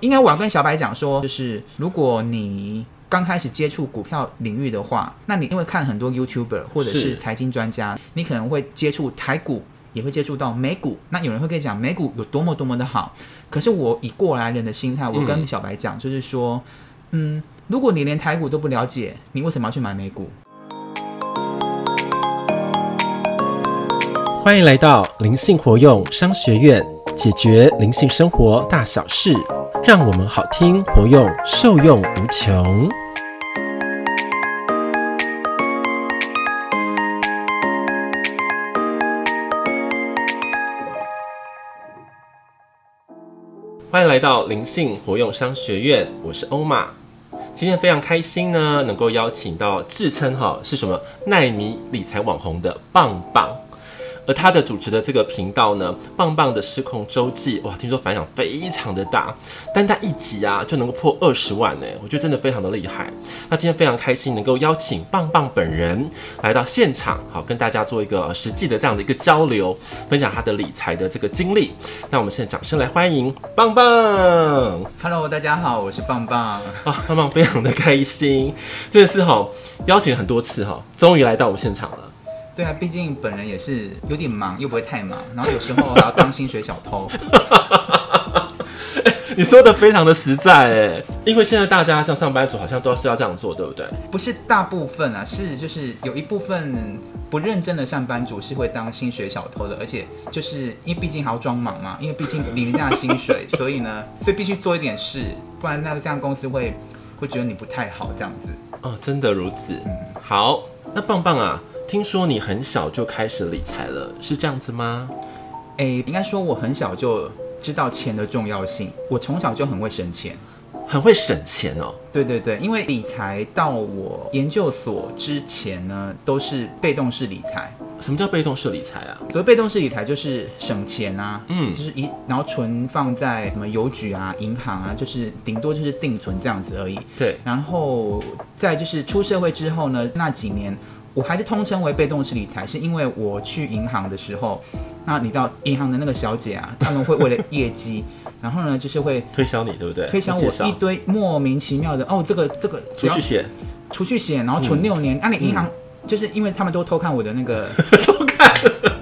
应该我要跟小白讲说，就是如果你刚开始接触股票领域的话，那你因为看很多 YouTuber 或者是是财经专家，你可能会接触台股，也会接触到美股。那有人会跟你讲美股有多么多么的好，可是我以过来人的心态，我跟嗯小白讲，就是说，嗯，如果你连台股都不了解，你为什么要去买美股？欢迎来到灵性活用商学院，解决灵性生活大小事，让我们好听活用，受用无穷。欢迎来到灵性活用商学院，我是欧玛。今天非常开心呢，能够邀请到自称哈是什么奈米理财网红的棒棒。而他的主持的这个频道呢，棒棒的失控周记，哇，听说反响非常的大，单单一集啊就能够破二十万呢，我觉得真的非常的厉害。那今天非常开心能够邀请棒棒本人来到现场，好跟大家做一个实际的这样的一个交流，分享他的理财的这个经历。那我们现在掌声来欢迎棒棒。 Hello，大家好，我是棒棒。啊，棒棒非常的开心，真的是哈邀请很多次哈，终于来到我们现场了。对啊，毕竟本人也是有点忙，又不会太忙，然后有时候还要当薪水小偷。 你说的非常的实在哎，因为现在大家像上班族好像都是要这样做，对不对？不是大部分啊，是就是有一部分不认真的上班族是会当薪水小偷的，而且就是因为毕竟还要装忙嘛，因为毕竟领那薪水，所以呢， 所以必须做一点事，不然那这样公司会会觉得你不太好这样子。哦，真的如此。好，那棒棒啊，听说你很小就开始理财了，是这样子吗？诶，应该说我很小就知道钱的重要性，我从小就很会省钱。很会省钱哦。对对对，因为理财到我研究所之前呢，都是被动式理财。什么叫被动式理财啊？所谓被动式理财就是省钱啊，嗯就是一然后存放在什么邮局啊、银行啊，就是顶多就是定存这样子而已。对，然后再就是出社会之后呢，那几年我还是通称为被动式理财，是因为我去银行的时候，那你到银行的那个小姐啊，他们会为了业绩，然后呢就是会推销你，对不对？推销介我绍一堆莫名其妙的哦，这个这个只出要去写，储蓄险，然后存六嗯年。那、你银行、就是因为他们都偷看我的那 个偷看，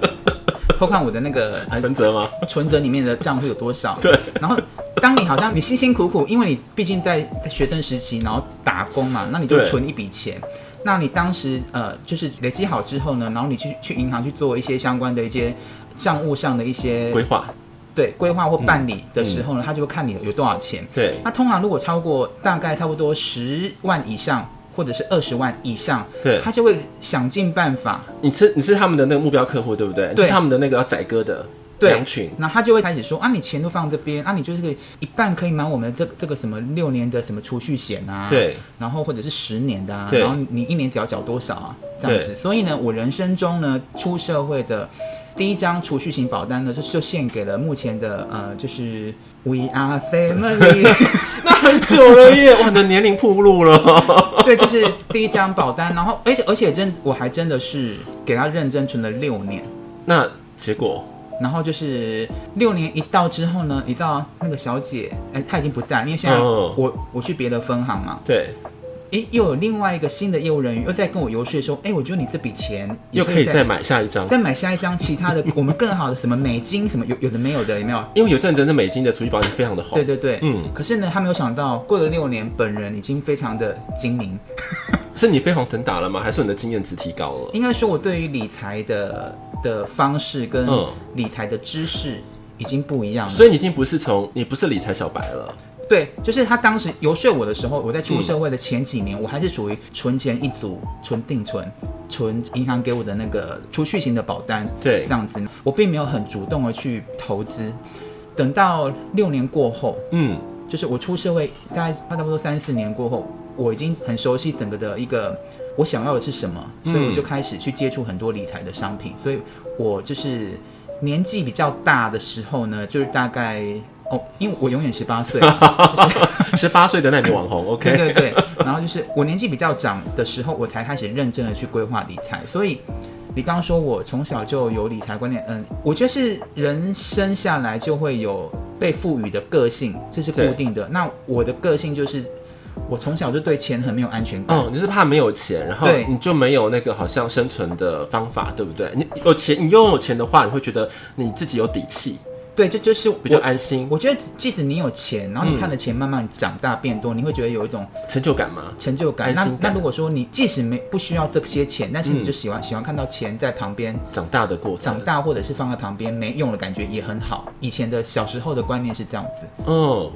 偷看我的那个呃存折吗？存折里面的账户有多少？对。然后当你好像你辛辛苦苦，因为你毕竟在在学生时期，然后打工嘛，那你就对存一笔钱。那你当时呃，就是累积好之后呢，然后你去去银行去做一些相关的一些账务上的一些规嗯划，对规划或办理的时候呢，他就会看你有多少钱。对，那通常如果超过大概差不多十万以上，或者是二十万以上，对他就会想尽办法，你是你是他们的那个目标客户，对不对？你对是他们的那个要宰割的对羊群，，那他就会开始说啊，你钱都放这边，啊，你就是可以一半可以买我们这这个什么六年的什么储蓄险啊，对，然后或者是十年的啊，对然后你一年只要缴多少啊，这样子。对所以呢，我人生中呢，出社会的第一张储蓄型保单呢，就就献给了目前的呃，就是 We Are Family。 那 很久了耶，哇，你的年龄暴露了。 对，就是第一张保单，然后而且而且真我还真的是给他认真存了六年，那结果然后就是六年一到之后呢，你知道那个小姐，哎、她已经不在，因为现在嗯我、我去别的分行嘛，对，诶，又有另外一个新的业务人员又在跟我游说说，哎、我觉得你这笔钱也又可以再再买下一张。再买下一张其他的我们更好的什么美金什么有有的没有的有没 有？因为有阵子那美金的储蓄保险非常的红，对对对，嗯可是呢，他没有想到，过了六年，本人已经非常的精明，是你飞黄腾达了吗？还是你的经验值提高了？应该说，我对于理财的的方式跟嗯理财的知识已经不一样了。所以你已经不是从你不是理财小白了，对，就是他当时游说我的时候，我在嗯出社会的前几年，我还是属于存钱一族、存定存、存银行给我的那个储蓄型的保单，对这样子，我并没有很主动的去投资。等到六年过后，嗯，就是我出社会大概差不多三四年过后，我已经很熟悉整个的一个我想要的是什么，所以我就开始去接触很多理财的商品。所以我就是年纪比较大的时候呢，就是大概哦，因为我永远十八岁， 十八岁的那名网红对，OK，对 对。然后就是我年纪比较长的时候，我才开始认真的去规划理财。所以你刚刚说我从小就有理财观念，嗯，我觉得是人生下来就会有被赋予的个性，这是固对定的。那我的个性就是，我从小就对钱很没有安全感。哦，你是怕没有钱，然后对你就没有那个好像生存的方法，对不对？你有钱，你拥有钱的话，你会觉得你自己有底气，对，这就是我比较嗯安心，我觉得，即使你有钱，然后你看的钱慢慢长大变多，你会觉得有一种成就感嘛。成就感。安心那感那如果说你即使没不需要这些钱，但是你嗯就喜欢、喜欢看到钱在旁边长大的过程，长，大，或者是放在旁边没用的感觉也很好。以前的小时候的观念是这样子，嗯，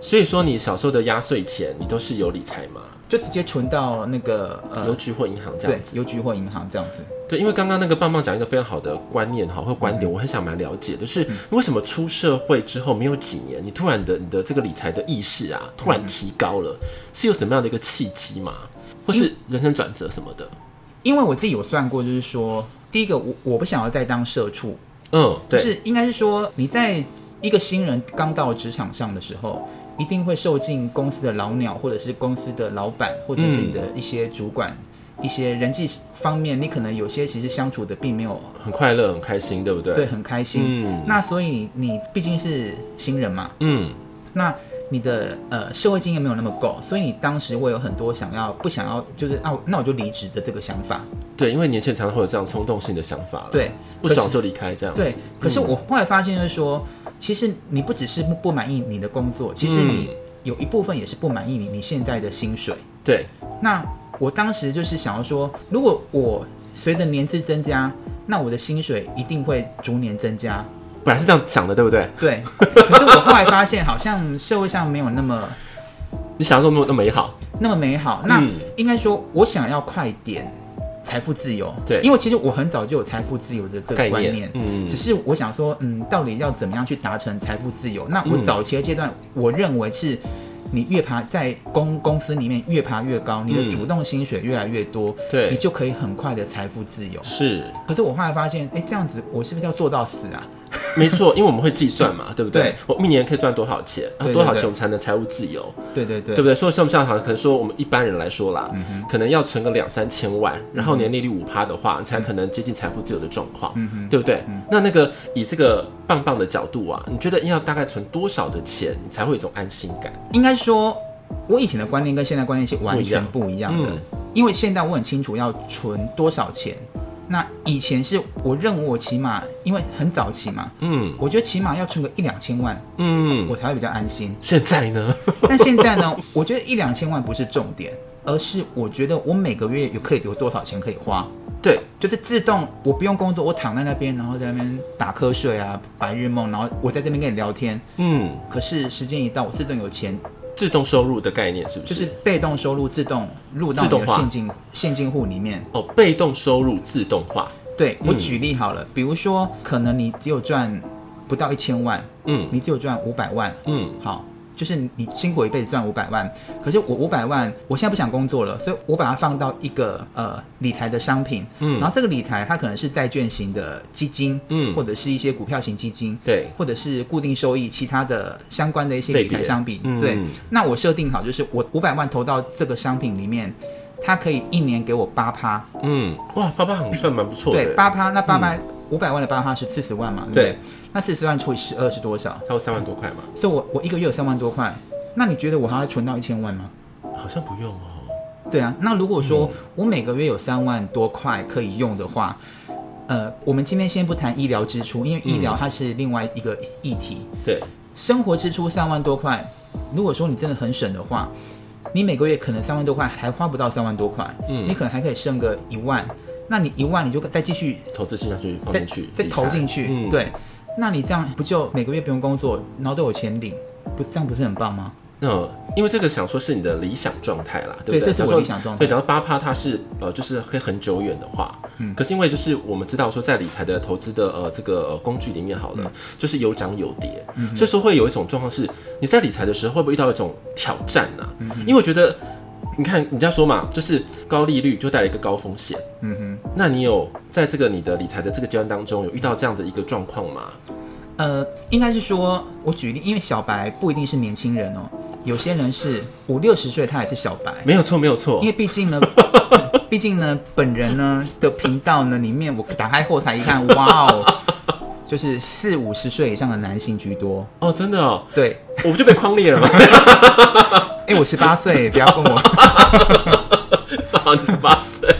所以说你小时候的压岁钱，你都是有理财嘛，就直接存到那个邮呃，局或银行这对样子。，邮局或银行这样子。对，因为刚刚那个棒棒讲一个非常好的观念哈，或观点，嗯我很想蛮了解的是，为什么出社会之后没有几年，你突然的你的这个理财的意识啊，嗯突然提高了，是有什么样的一个契机吗？或是人生转折什么的？因为我自己有算过，就是说，第一个我我不想要再当社畜，嗯，就对，是应该是说你在一个新人刚到职场上的时候，一定会受尽公司的老鸟，或者是公司的老板，或者是你的一些主管。嗯一些人际方面，你可能有些其实相处的并没有很快乐，很开心，对不对？对，很开心，嗯那所以你你毕竟是新人嘛，嗯，那你的呃社会经验没有那么够，所以你当时会有很多想要不想要，就是啊那我就离职的这个想法。对，因为年轻人常常会有这样冲动性的想法，，对，不可是爽就离开这样子。对，可是嗯我后来发现就是说，其实你不只是不不满意你的工作，其实你嗯有一部分也是不满意你你现在的薪水。对，那我当时就是想要说，如果我随着年资增加，那我的薪水一定会逐年增加。本来是这样想的，对不对？ 对，可是我后来发现，好像社会上没有那么你想象中那么那么美好，那么美好。那嗯应该说，我想要快点财富自由。对因为其实我很早就有财富自由的这概个观念念。嗯只是我想说，嗯，到底要怎么样去达成财富自由？那我嗯早期的阶段，我认为是。你越爬在公公司里面越爬越高，你的嗯主动薪水越来越多，对你就可以很快的财富自由。是可是我后来发现，哎、这样子我是不是要做到死啊？没错，因为我们会计算嘛，对不对？对我一年可以赚多少钱？对啊对多少对钱我们才能财务自由？对对嗯对，对不对？说像不像行，可能说我们一般人来说啦，可能要存个两三千万，嗯然后年利率五趴的话，你才可能接近财富自由的状况，嗯对不对？那那个以这个棒棒的角度啊，你觉得要大概存多少的钱，你才会有一种安心感？应该说，我以前的观念跟现在观念是完全不一样的，嗯因为现在我很清楚要存多少钱。那以前是我认为我起码，因为很早期嘛，嗯我觉得起码要存个一两千万，嗯，。我才会比较安心现在 呢？但现在呢，我觉得一两千万不是重点，而是我觉得我每个月有可以有多少钱可以花，对，就是自动我不用工作，我躺在那边，然后在那边打瞌睡啊，白日梦，然后我在这边跟你聊天。嗯，可是时间一到，我自动有钱自动收入的概念是不？就是是被动收入自动入到自你动的化现金现金户里面。哦，被动收入自动化，对嗯我举例好了，比如说可能你只有赚不到一千万，嗯你只有赚五百万，嗯，好，就是你辛苦一辈子赚五百万，可是我五百万，我现在不想工作了，所以我把它放到一个呃理财的商品，嗯然后这个理财它可能是债券型的基金，嗯或者是一些股票型基金，对或者是固定收益其他的相关的一些理类财别商品，嗯对，那我设定好就是我五百万投到这个商品里面。它可以一年给我八趴，嗯，哇，爸爸很算蛮不错的，对，八趴，那八趴五百万的八趴是四十万嘛，对不对嗯对？那四十万除以十二是多少？他有三万多块嘛，所以我我一个月有三万多块，那你觉得我还要存到一千万吗？好像不用哦。对啊，那如果说嗯我每个月有三万多块可以用的话，呃，我们今天先不谈医疗支出，因为医嗯疗它是另外一个议题。对，生活支出三万多块，如果说你真的很省的话，你每个月可能三万多块还花不到三万多块，嗯你可能还可以剩个一万，那你一万你就再继续投资进下去，放再进去，再理财投进去，嗯，对，那你这样不就每个月不用工作，然后都有钱领，不这样不是很棒吗？嗯，因为这个想说是你的理想状态啦，对对不对？这是我假如说理想状态对，讲到八趴，它是呃，就是可以很久远的话，嗯，可是因为就是我们知道说，在理财的投资的呃这个、呃工具里面好嗯了，就是有涨有跌，所以说会有一种状况是，你在理财的时候会不会遇到一种挑战呢、嗯啊？因为我觉得，你看人家说嘛，就是高利率就带来一个高风险，嗯哼，那你有在这个你的理财的这个阶段当中有遇到这样的一个状况吗？呃，应该是说，我举例，因为小白不一定是年轻人哦，有些人是五六十岁他还是小白，没有错，没有错因，为毕 竟呢，毕竟呢，本人呢的频道呢里面，我打开后台一看，哇哦，就是四五十岁以上的男性居多。哦，真的哦，对，我不就被框裂了吗？ 哎、我十八岁，不要跟我。好，你十八岁，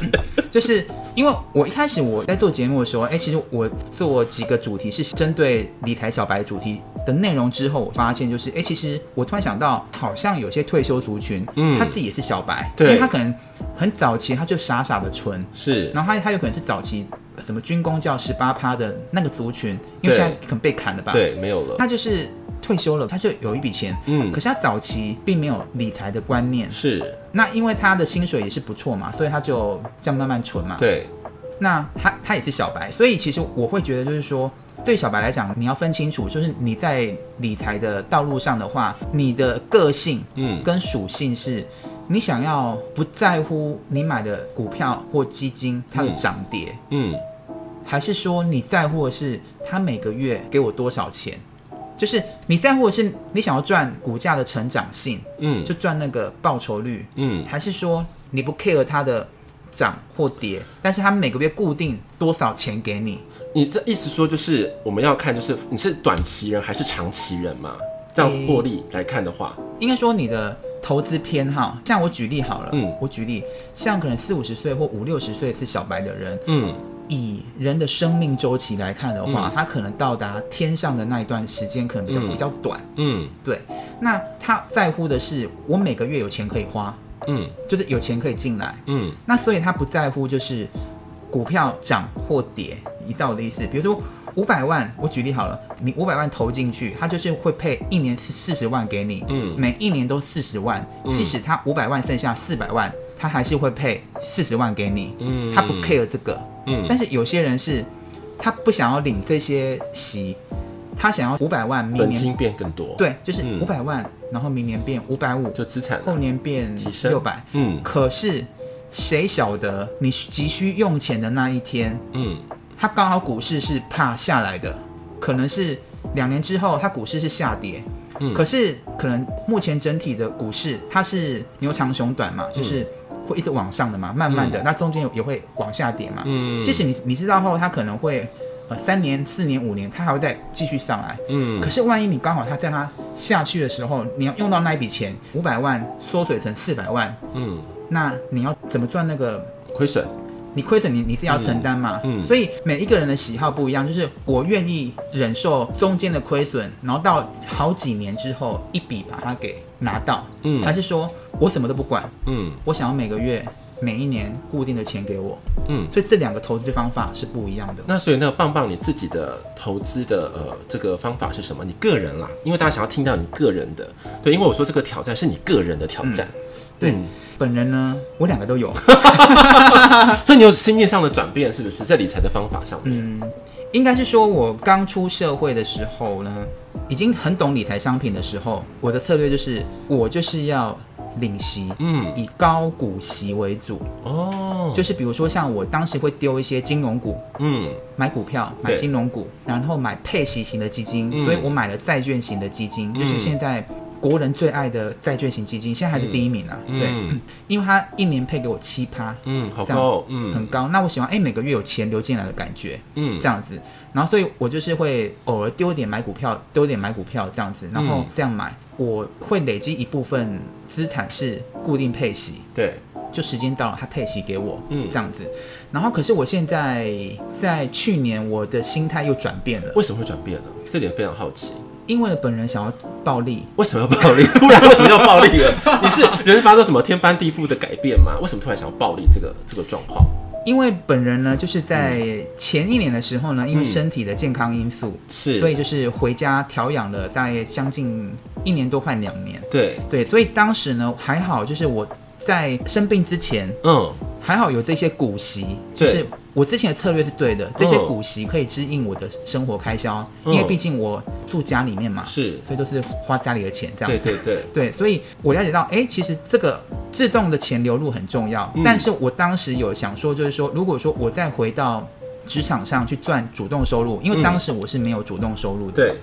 就是因为我一开始我在做节目的时候，哎、其实我做几个主题是针对理财小白主题的内容之后，我发现就是，哎、其实我突然想到，好像有些退休族群，嗯他自己也是小白，对因为他可能很早期他就傻傻的存，是然后他他有可能是早期什么军工教十八趴的那个族群，因为对现在可能被砍了吧，，对，没有了，他就是退休了，他就有一笔钱，嗯可是他早期并没有理财的观念，是，那因为他的薪水也是不错嘛，所以他就这样慢慢存嘛，对，那他他也是小白，所以其实我会觉得就是说，对小白来讲，你要分清楚，就是你在理财的道路上的话，你的个性嗯，跟属性是，你想要不在乎你买的股票或基金它的涨跌，嗯，还是说你在乎的是它每个月给我多少钱？就是你在乎的是你想要赚股价的成长性，嗯，就赚那个报酬率，嗯，还是说你不 care 它的涨或跌，但是它每个月固定多少钱给你？你这意思说就是我们要看，就是你是短期人还是长期人嘛？这样获利来看的话，应该说你的投资偏好，像我举例好了，嗯我举例，像可能四五十岁或五六十岁是小白的人，嗯，以人的生命周期来看的话，他可能到达天上的那一段时间可能比较、嗯比较短，嗯，对。那他在乎的是我每个月有钱可以花，嗯，就是有钱可以进来，嗯，那所以他不在乎就是股票涨或跌，你知道我的意思？比如说五百万，我举例好了，你五百万投进去，他就是会配一年是四十万给你，嗯每一年都四十万，即使他五百万剩下四百万，他还是会配四十万给你，嗯他不 care 这个，嗯但是有些人是他不想要领这些息，他想要五百万明本年金变更多，，对，就是嗯五百万，然后明年变五百五，就资产啊后年变提升六百，嗯可是谁晓得你急需用钱的那一天，嗯，它刚好股市是啪下来的，可能是两年之后它股市是下跌，嗯可是可能目前整体的股市它是牛长熊短嗯嘛，就是会一直往上的嘛，慢慢的，那中间也会往下跌嘛，嗯即使你你知道后它可能会。呃，三年、四年、五年，它还会再继续上来。嗯可是万一你刚好它在它下去的时候，你要用到那一笔钱，五百万缩水成四百万，嗯，那你要怎么赚那个？亏损，你亏损你你自己要承担嘛，嗯嗯所以每一个人的喜好不一样，就是我愿意忍受中间的亏损，然后到好几年之后一笔把它给拿到，嗯还是说我什么都不管，嗯我想要每个月每一年固定的钱给我，嗯。所以这两个投资方法是不一样的。那所以那个棒棒，你自己的投资的呃这个方法是什么？你个人啦，因为大家想要听到你个人的，对，因为我说这个挑战是你个人的挑战，对，嗯本人呢，我两个 都有，啊所以你有心境上的转变，是不是在理财的方法上面？应该是说我刚出社会的时候呢，已经很懂理财商品的时候，我的策略就是我就是要领息，嗯，以高股息为主，哦，就是比如说像我当时会丢一些金融股，嗯买股票买对金融股，然后买配息型的基金，嗯所以我买了债券型的基金，就是嗯现在国人最爱的债券型基金，现在还是第一名啊，对，嗯因为它一年配给我七趴，嗯，好这样高哦，很嗯高，那我喜欢哎每个月有钱流进来的感觉，嗯这样子，然后所以我就是会偶尔丢一点买股票，丢一点买股票这样子，然后嗯这样买，我会累积一部分资产是固定配息，对，就时间到了，他配息给我，嗯这样子。然后可是我现在在去年我的心态又转变了，为什么会转变呢？这点非常好奇。因为本人想要暴力，为什么要暴力？ 突然为什么要 暴力了？你是人生发生什么天翻地覆的改变吗？为什么突然想要暴力这个这个状况？因为本人呢就是在前一年的时候呢，因为嗯身体的健康因素，是所以就是回家调养了大概将近一年多快两年，对，对，所以当时呢还好，就是我在生病之前嗯还好有这些股息，就对是我之前的策略是对的，这些嗯股息可以支应我的生活开销，嗯因为毕竟我住家里面嘛，是所以都是花家里的钱这样。对对对，对所以我了解到，哎、其实这个自动的钱流入很重要，嗯但是我当时有想说，就是说，如果说我再回到职场上去赚主动收入，因为嗯当时我是没有主动收入的，对，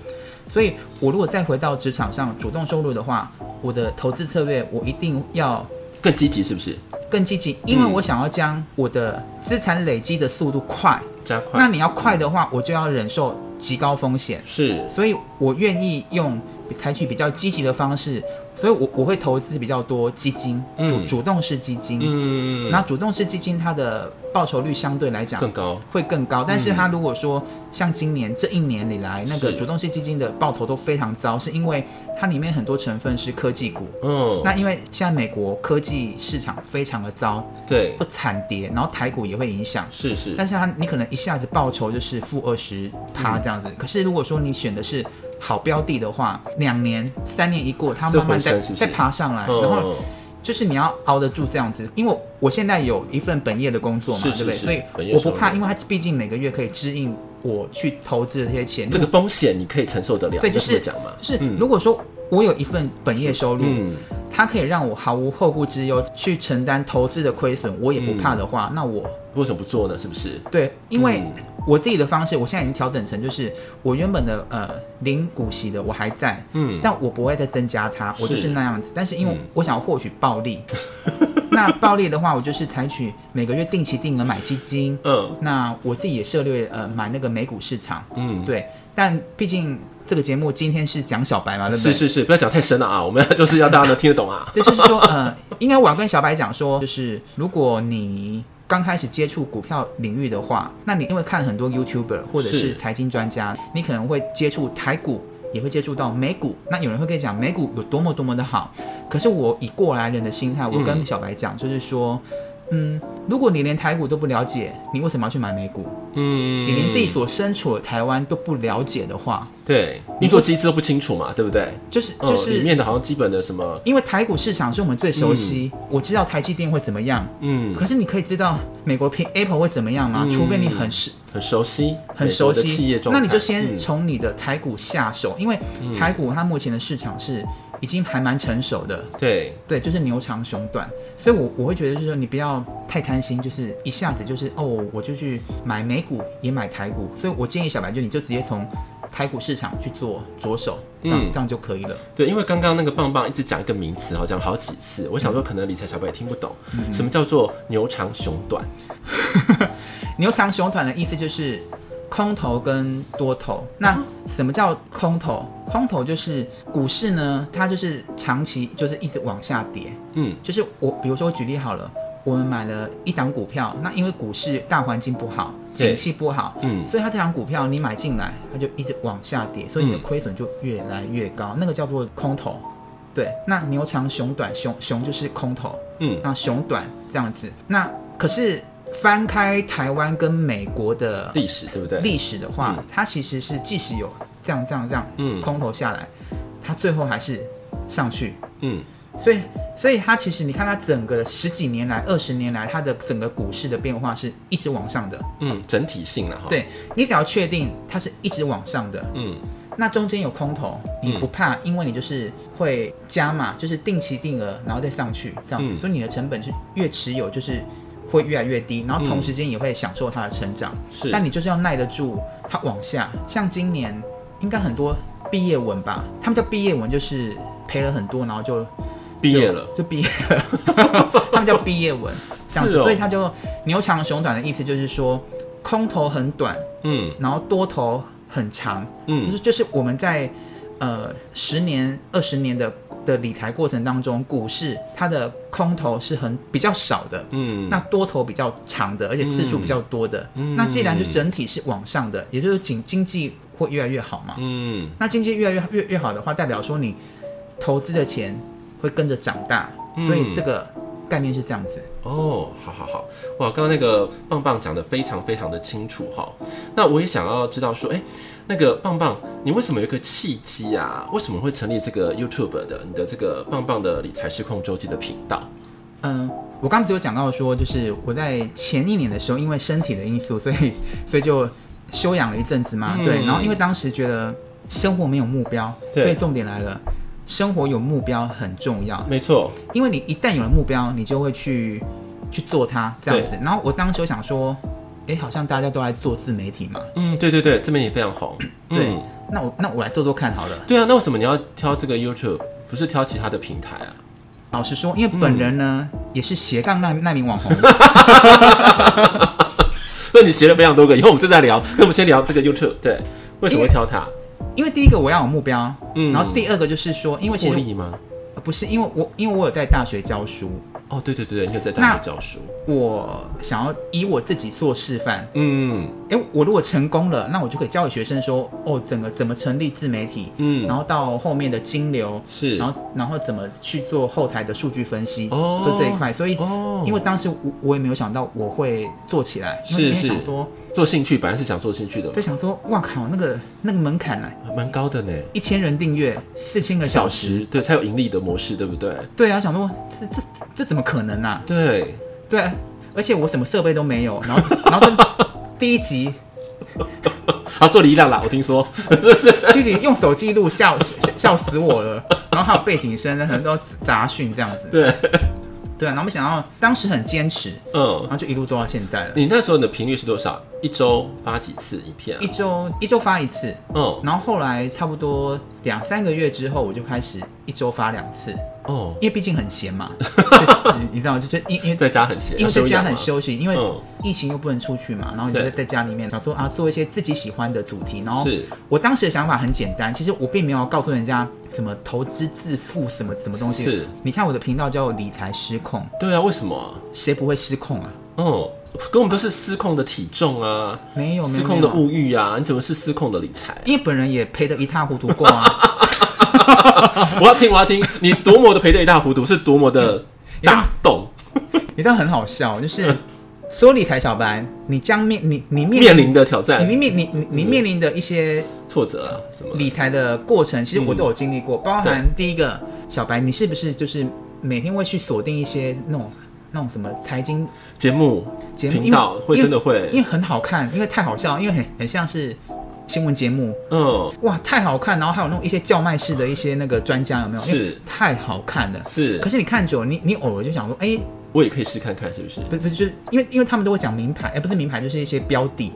所以我如果再回到职场上主动收入的话，我的投资策略我一定要更积极是不是？更积极，因为我想要将我的资产累积的速度快。加快那你要快的话，我就要忍受极高风险，是所以我愿意用采取比较积极的方式，所以我我会投资比较多基金，主嗯主动式基金。嗯，那主动式基金它的报酬率相对来讲更嗯高，会更高，但是它如果说像今年这一年以来，那个是主动式基金的报酬都非常糟，是因为它里面很多成分是科技股。嗯，那因为现在美国科技市场非常的糟，对都，惨跌，然后台股也会影响。是是，嗯但是它你可能一下子报酬就是负二十趴这嗯样子，可是如果说你选的是好标的的话，两年、三年一过，它是慢慢回升再是不再是爬上来，然后嗯，就是你要熬得住这样子，因为我现在有一份本业的工作嘛，是对不对？是是所以本业我不收怕，入因为它毕竟每个月可以支应我去投资的这些钱。这个风险你可以承受得了，对，就这么是讲嘛，就是嗯如果说我有一份本业收入，嗯，它可以让我毫无后顾之忧去承担投资的亏损，我也不怕的话，那我为什么不做呢？是不是？对，因为嗯我自己的方式，我现在已经调整成就是我原本的呃零股息的我还在，嗯但我不会再增加它，我就是是那样子。但是因为嗯我想要获取暴 利，那暴利的话，我就是采取每个月定期定额买基金，嗯那我自己也涉略呃买那个美股市场，嗯，对。但毕竟这个节目今天是讲小白嘛，对不对？是是是，不要讲太深了啊，我们 就是要大家能听得懂啊。对，就是说，呃，应该我要跟小白讲说，就是如果你刚开始接触股票领域的话，那你因为看很多 YouTuber 或者是是财经专家，你可能会接触台股，也会接触到美股。那有人会跟你讲美股有多么多么的好，可是我以过来人的心态，我嗯跟小白讲，就是说。嗯，如果你连台股都不了解，你为什么要去买美股？嗯，你连自己所身处的台湾都不了解的话，对运作机制都不清楚嘛，对不对？就是嗯就是、里面的好像基本的什么，因为台股市场是我们最熟悉，我知道台积电会怎么样，嗯，可是你可以知道美国苹 Apple 会怎么样吗？嗯除非你很熟很熟悉，很熟美国的企悉业，状态，那你就先嗯从你的台股下手，因为台股它目前的市场是已经还蛮成熟的。对，对，就是牛长熊短，所以我我会觉得就是说你不要太贪心，就是一下子就是哦，我就去买美股也买台股，所以我建议小白就你就直接从台股市场去做着手，这样、嗯这样就可以了。对，因为刚刚那个棒棒一直讲一个名词哈，讲好几次，我想说可能理财小白也听不懂，嗯什么叫做牛长熊短？牛长熊短的意思就是空头跟多头。嗯那什么叫空头？空头就是股市呢，它就是长期就是一直往下跌。嗯，就是我，比如说我举例好了，我们买了一档股票，那因为股市大环境不好，对景气不好，嗯所以它这档股票你买进来，它就一直往下跌，所以你的嗯亏损就越来越高，那个叫做空头。对，那牛长熊短，熊熊就是空头，嗯，那熊短这样子。那可是翻开台湾跟美国的历史对不对？历史的话，嗯它其实是即使有这样这样这样，嗯空头下来，它最后还是上去。嗯，所以，所以它其实你看它整个十几年来、二十年来，它的整个股市的变化是一直往上的。嗯，整体性了哈。，对你只要确定它是一直往上的，嗯，那中间有空头，你不怕，因为你就是会加码，就是定期定额，然后再上去这样子，嗯所以你的成本是越持有就是会越来越低，然后同时间也会享受它的成长。是但你就是要耐得住它往下。像今年应该很多毕业文吧，他们叫毕业文，就是赔了很多，然后就毕业了，就毕 业了，他们叫毕业文这样子， 是哦所以他就牛长熊短的意思就是说，空头很短，嗯然后多头很长，嗯就是就是我们在呃十年、二十年的的理财过程当中，股市它的空头是很比较少的。嗯，那多头比较长的，而且次数比较多的，嗯那既然就整体是往上的，也就是经经济会越来越好嘛。嗯那经济越来越越越好的话，代表说你投资的钱会跟着长大，嗯所以这个概念是这样子。哦，好好好，哇，刚刚那个棒棒讲的非常非常的清楚哈。那我也想要知道说，哎、那个棒棒，你为什么有一个契机啊？为什么会成立这个 YouTube 的你的这个棒棒的理财失控周记的频道？嗯、我刚才有讲到说，就是我在前一年的时候，因为身体的因素，所以所以就休养了一阵子嘛。嗯对，然后因为当时觉得生活没有目标，对所以重点来了，生活有目标很重要。没错，因为你一旦有了目标，你就会去去做它这样子。然后我当时有想说，诶，好像大家都在做自媒体嘛，嗯，对对对，这边也非 常红。对，嗯、那我那我来做做看好了。对啊，那为什么你要挑这个 YouTube，不是挑其他的平台啊？ 老实说，因为本人呢、嗯也是斜杠那那名网红， 所以你学了非常多个，以后我们正在聊，那我们先聊这个 YouTube。对，为什么会挑它？因为第一个我要有目标，嗯然后第二个就是说，因为其获实利吗？呃不是因为我，因为我有在大学教书，哦，对对对对，你有在大那学教书，我想要以我自己做示范。嗯哎，我如果成功了，那我就可以教给学生说，哦，整个怎么成立自媒体，嗯，然后到后面的金流，是，然后然后怎么去做后台的数据分析，哦做这一块。所以，哦，因为当时我我也没有想到我会做起来，因为是那天是想说做兴趣本来是想做兴趣的嘛就，想说，哇靠，那个那个门槛呢、蛮高的呢，一千人订阅，四千个小时，对，才有盈利的模式，对不对？对啊，想说这这这这怎么可能啊？对，对啊，而且我什么设备都没有，然后 然后就第一集好做离浪啦，我听说，第一集用手机录笑笑笑死我了，然后还有背景声，很多杂讯这样子，对，对啊，然后没想到当时很坚持，然嗯，后就一路做到现在了，你那时候你的频率是多少？一周发几次影片、啊一？周一周发一次，哦然后后来差不多两三个月之后，我就开始一周发两次，哦，因为毕竟很闲嘛，就是你你知道，就是因因为在家很闲，因为在家很要休息，因为嗯疫情又不能出去嘛，然后你就对在在家里面想说啊，做一些自己喜欢的主题。然养嘛，后是我当时的想法很简单，其实我并没有告诉人家什么投资致富什么什么东西。是，你看我的频道叫理财失控，对啊，为什么、啊？谁不会失控啊？嗯，跟我们都是失控的体重啊，没有，没有失控的没有？物欲啊，你怎么是失控的理财因为本人也赔得一塌糊涂过 啊。啊我要听，我 要听，你多么的赔得一塌糊涂，是多么的大洞，你知道很好笑，就是所有理财小白，你将面你你面面临的嗯挑战、你面你你你面临的一些挫折啊什么的，理财的过程，嗯其实我都有经历过，包含第一个小白，你是不是就是每天会去锁定一些那种那种什么财经节目节目频道会真的因为会，很好看，因为太好笑，因为很很像是新闻节目，嗯，哇，太好看，然后还有那种一些叫卖式的一些那个专家有没有？是因为太好看了。是可，是你看久了，你你偶尔就想说，哎、我也可以试看看，是不是？不不就是因为因为他们都会讲名牌，哎、不是名牌，就是一些标 的。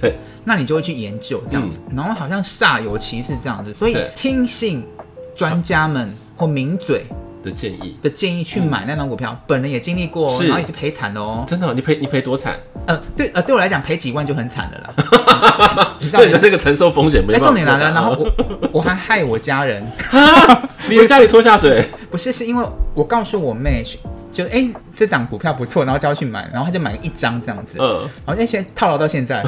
对，那你就会去研究这样子，然后好像煞有其事这样子，所以嗯对听信专家们或名嘴 的建议，的建议去买那张股票，本人也经历过哦，嗯是然后也是赔惨了哦。真的哦、你赔你赔多惨？呃，对，呃，对我来讲赔几万就很惨的啦。 你知道对你的那个承受风险没哎，办法。重点来了，然后我我还害我家人， 你的家里拖下水，不是是因为我告诉我妹，就哎、这档股票不错，然后叫她去买，然后她就买了一张这样子， 嗯，然后那些套牢到现 在。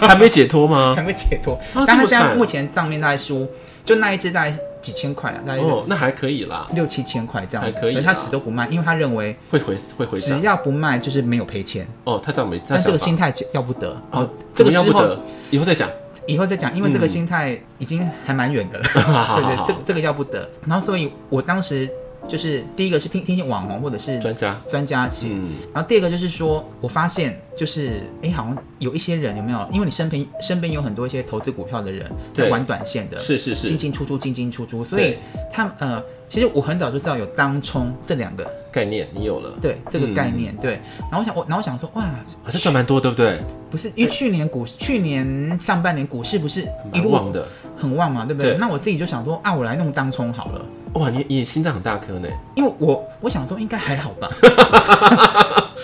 还没解脱吗还？没解脱。啊但这他么现在惨目前账面大概输，就那一只大概几千块啊了，大概哦，那还可以啦，六七千块这样还子。可以他啊死都不卖，因为他认为会回会回只涨。要不卖就是没有赔钱。哦，他这样没，他但这想个法心态就要不得。哦哦，，这个要之不后得，以后再讲。以后再讲，因为这个嗯心态已经还蛮远的了。 好对对，好这个这个要不得。然后所以我当时就是第一个是听听见网红或者是专家，专家写。嗯，然后第二个就是说，我发现就是，哎，好像有一些人有没有？因为你身边身边有很多一些投资股票的人，在对玩短线的，嗯是是进是，进出出，进进出出，所以对他们呃，其实我很早就知道有当冲这两个概念你有了，对这个嗯概念、对，然后我想我然后我想说哇，好像赚蛮多，对不对？不是因为去年股去年上半年股市不是一蛮路旺的。很旺嘛，对不对？对那我自己就想说啊，我来弄当冲好了，哇，你你心脏很大颗呢， 因为我我想说应该还好吧，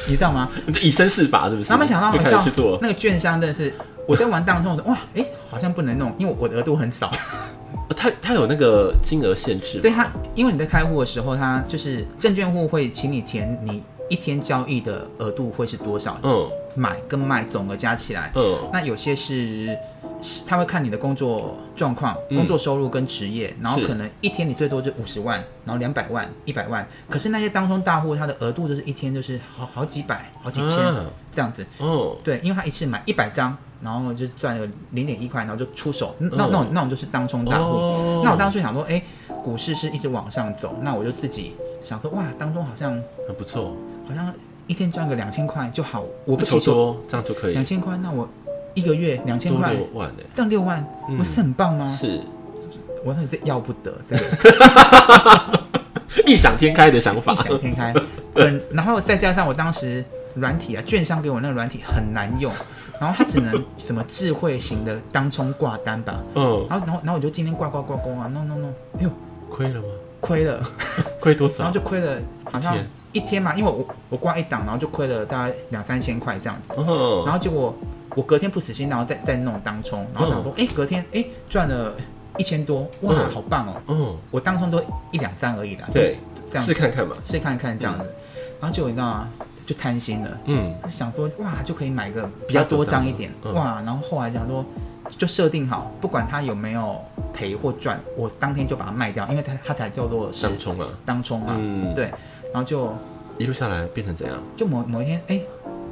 你知道吗？你就以身试法是不是？然后没想到就你开知始道 去做了，那个券商真的是。我在玩当冲，我说哇，哎、好像不能弄，因为我的额度很 少。哦他他有那个金额限制吗，对他，因为你在开户的时候，他就是证券户会请你填你一天交易的额度会是多少，嗯买跟卖总额加起来。嗯，那有些是是他会看你的工作状况、嗯工作收入跟职业，然后是可能一天你最多就五十万，然后两百万、一百万。可是那些当中大户，他的额度就是一天就是好好几百、好几千、啊这样子。哦，对，因为他一次买一百张，然后就赚了零点一块，然后就出手。那那嗯那种那种就是当冲大户。哦那我当时想说，哎、股市是一直往上走，那我就自己想说，哇，当中好像很不错，好像一天赚个两千块就好，我我不求求多，多，这样就可以两千块，那我一个月两千多块啊六，万呢，这样六万，不是很棒吗？嗯是 我那这要不得，这个异想天开的想法异，想天开。嗯，然后再加上我当时软体啊，券商给我那个软体很难用，然后它只能什么智慧型的当冲挂单吧， 嗯，然后然后然后我就今天挂挂挂挂啊，no no no，哎呦亏了吗？亏了。亏多然后少？就亏了好像天一天嘛，因为我我挂一档，然后就亏了大概两三千块这样子，哦，然后结果我隔天不死心，然后再再弄当冲，然后想说，哎、隔天哎赚、了一千多，哇，嗯好棒哦！嗯，我当冲都一两三而已啦，对，这样试看嗯看嘛，试看看这样子，然后结果你知道吗？就贪心了，嗯，想说哇就可以买个比较多张一点，嗯哇，然后后来想说就设定好，不管它有没有赔或赚，我当天就把它卖掉，因为它它才叫做是上冲啊，当冲嘛，嗯，，对，然后就一路下来变成怎样？就某某一天，哎、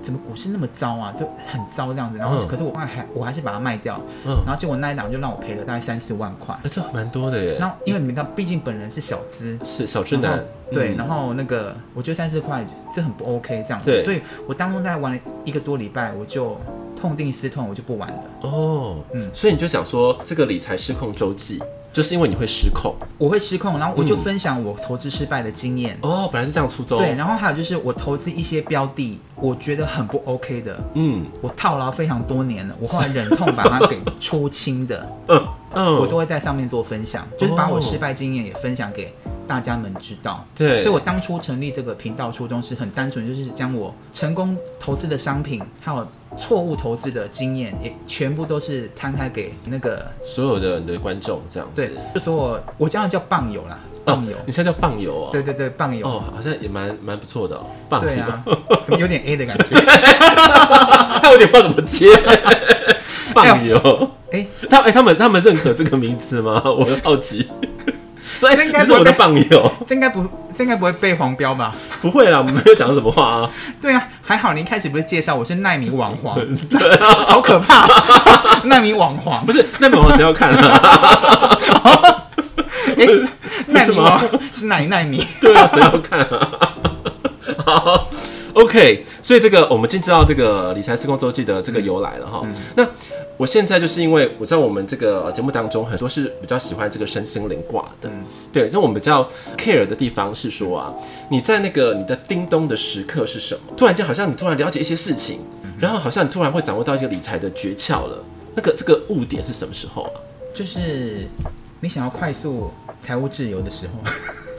怎么股市那么糟啊？就很糟这样子，然后、嗯可是我还我还是把它卖掉，嗯，然后结果那一档就让我赔了大概三四万块，哎，这蛮多的耶，然后因为你知道，毕竟本人是小资，是小直然男后，对，嗯然后那个我觉得三四块这很不 OK 这样子对，所以我当中在玩了一个多礼拜，我就痛定思痛，我就不玩了。哦，嗯，嗯所以你就想说这个理财失控周记，就是因为你会失控我会失控，然后我就嗯分享我投资失败的经验。哦，本来是这样出周，对，，然后还有就是我投资一些标的，我觉得很不 OK 的，嗯我套牢非常多年了，我后来忍痛把它给 出清的，嗯嗯，哦我都会在上面做分享，就是把我失败经验也分享给大家们知道。对，所以我当初成立这个频道初衷是很单纯，就是将我成功投资的商品，还有错误投资的经验，也全部都是摊开给那个所有的你的观众这样子，啊对，就说我我这样叫棒友啦，棒友哦，，你现在叫棒友哦，对对对，棒友，哦，好像也蛮蛮不错的哦，棒友，对啊，怎么有点 A 的感 觉， 他 有点不知道怎么接，棒友，哎，他哎、他们他们认可这个名词吗？ 我很好奇。所 以这应该 你是我的棒友，这应该不这应该不会被黄标吧？不会啦，我们没有讲什么话啊。对啊，还好你一开始不是介绍我是奈米网 黄，啊好可怕， 奈米网黄，不是，那本王谁要看啊？ 哎、奈米网不 是哪一奈米？对啊，谁要看啊？ 好，OK，所以这个我们已经知道这个理财失控周记的这个由来了哈。那我现在就是因为我知道我们这个呃节目当中很多是比较喜欢这个身心灵挂的，对，那我们比较 care 的地方是说啊，你在那个你的叮咚的时刻是什么？突然间好像你突然了解一些事情，然后好像你突然会掌握到一个理财的诀窍了。那个这个误点是什么时候啊？就是你想要快速财务自由的时候，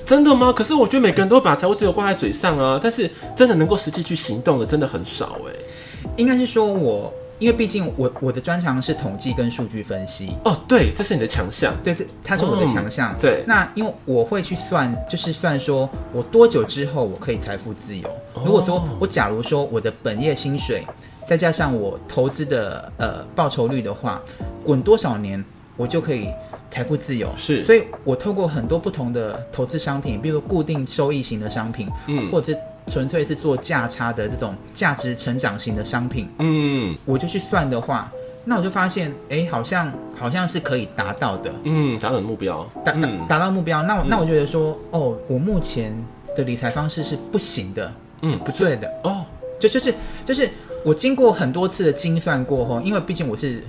真的吗？可是我觉得每个人都把财务自由挂在嘴上啊，但是真的能够实际去行动的真的很少哎、应该是说我，因为毕竟我我的专长是统计跟数据分析。哦，对，这是你的强项。对，这它是我的嗯强项、对那因为我会去算，就是算说我多久之后我可以财富自由。哦如果说我假如说我的本业薪水，再加上我投资的呃报酬率的话，滚多少年我就可以财富自由。是所以我透过很多不同的投资商品，比如说固定收益型的商品，嗯或者是纯粹是做价差的这种价值成长型的商品，嗯我就去算的话，那我就发现，哎，好像好像是可以达到的。嗯，达到你的目标。达达嗯达到目标，那我那我觉得说，哦，我目前的理财方式是不行的，嗯不对的，哦，就就是就是我经过很多次的精算过后，因为毕竟我是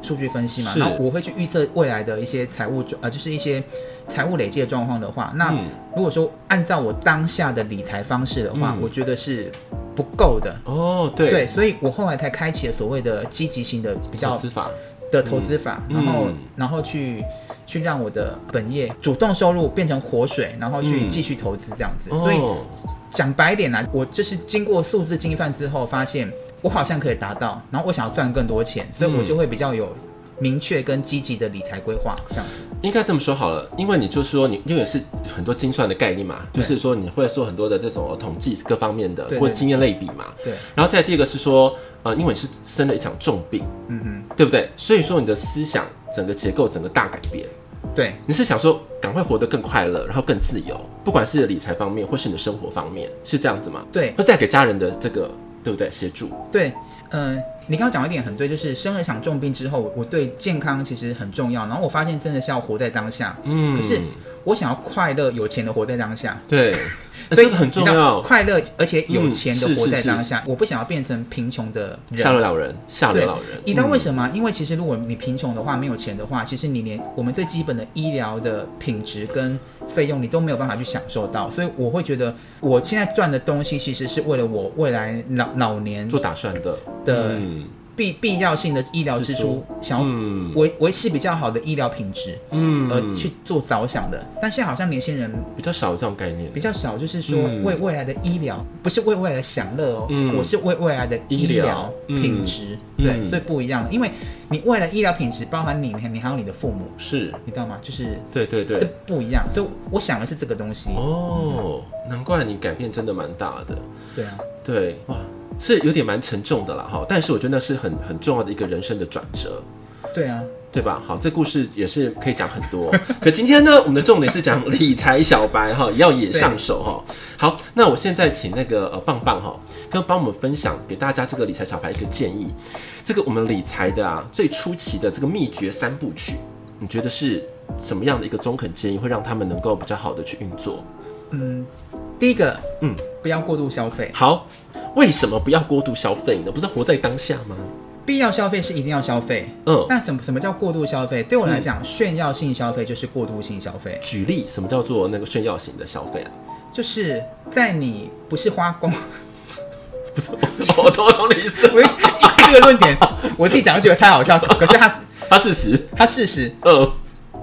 数据分析嘛，是然后我会去预测未来的一些财务状呃，就是一些财务累积的状况的话，那嗯如果说按照我当下的理财方式的话，嗯我觉得是不够的。哦，对，对，所以我后来才开启了所谓的积极型的比较投资法。的投资法，嗯然后、嗯然后去去让我的本业主动收入变成活水，然后去嗯继续投资这样子。哦所以讲白一点呢、我就是经过数字精算之后，发现我好像可以达到，然后我想要赚更多钱，所以我嗯就会比较有明确跟积极的理财规划这样子。应该这么说好了，因为你就说你因为是很多精算的概念嘛，就对是说你会做很多的这种呃统计各方面的对对或经验类比嘛。对，然后再来第二个是说，呃，因为你是生了一场重病，嗯对不对？所以说你的思想整个结构整个大改变。哼，对你是想说赶快活得更快乐，然后更自由，不管是理财方面或是你的生活方面，是这样子吗？对或带给家人的这个对不对协助？对，嗯、你刚刚讲的一点很对，就是生了一场重病之后，我我对健康其实很重要。然后我发现真的是要活在当下，嗯可是我想要快乐、有钱的活在当下， 对，所以呃这个很重你知道要。快乐而且有钱的嗯是活在是当下。我不想要变成贫穷的下流人。老人，下流对老人，，嗯你知道为么？什么吗？因为其实如果你贫穷的话，没有钱的话，其实你连我们最基本的医疗的品质跟费用你都没有办法去享受到。所以我会觉得，我现在赚的东西其实是为了我未来老老年做打算的的嗯必必要性的医疗支出，想要嗯维维持比较好的医疗品质而嗯，呃去做着想的。但现在好像年轻人比较少有这种概念，比较少，就是说嗯为未来的医疗，不是为未来的享乐哦，嗯我是为未来的医医疗疗品质，嗯对，嗯所以不一样的。因为你未来医疗品质包含你，你还有你的父母，是，你知道吗？就是对对这对。不一样。所以我想的是这个东西，哦，难怪你改变真的蛮大的。对啊，对，哇，是有点蛮沉重的啦哈，但是我觉得那是很很重要的一个人生的转折。对啊，对吧？好，这故事也是可以讲很多。 可今天呢，我们的重点是讲理财小白哈，也要也上手哈。好，那我现在请那个呃棒棒哈，跟帮我们分享给大家这个理财小白一个建议。这个我们理财的啊，最初期的这个秘诀三部曲，你觉得是什么样的一个中肯建议，会让他们能够比较好的去运作？嗯，第一个，嗯，不要过度消费，好，为什么不要过度消费呢？不是活在当下吗？必要消费是一定要消费。嗯，但什么什么叫过度消费？对我来讲，炫耀性消费就是过度性消费，举例，什么叫做那个炫耀型的消费啊？ 就是在你不是花光，不是，我懂我懂你意思，我一这个论点，我自己讲都觉得太好笑，可是他是它事实，他事实嗯。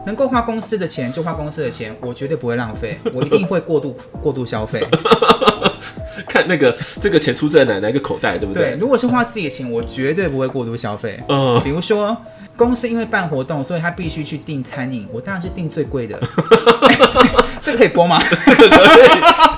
能够花公司的钱就花公司的钱，我绝对不会浪 费，我一定会过度过度消费。看那个这个钱出在哪哪一个口袋，对不对， 对？如果是花自己的钱，我绝对不会过度消费。嗯，比如说，公司因为办活动，所以他必须去订餐饮，我当然是订最 贵的。这个可以播吗？ 这个可以，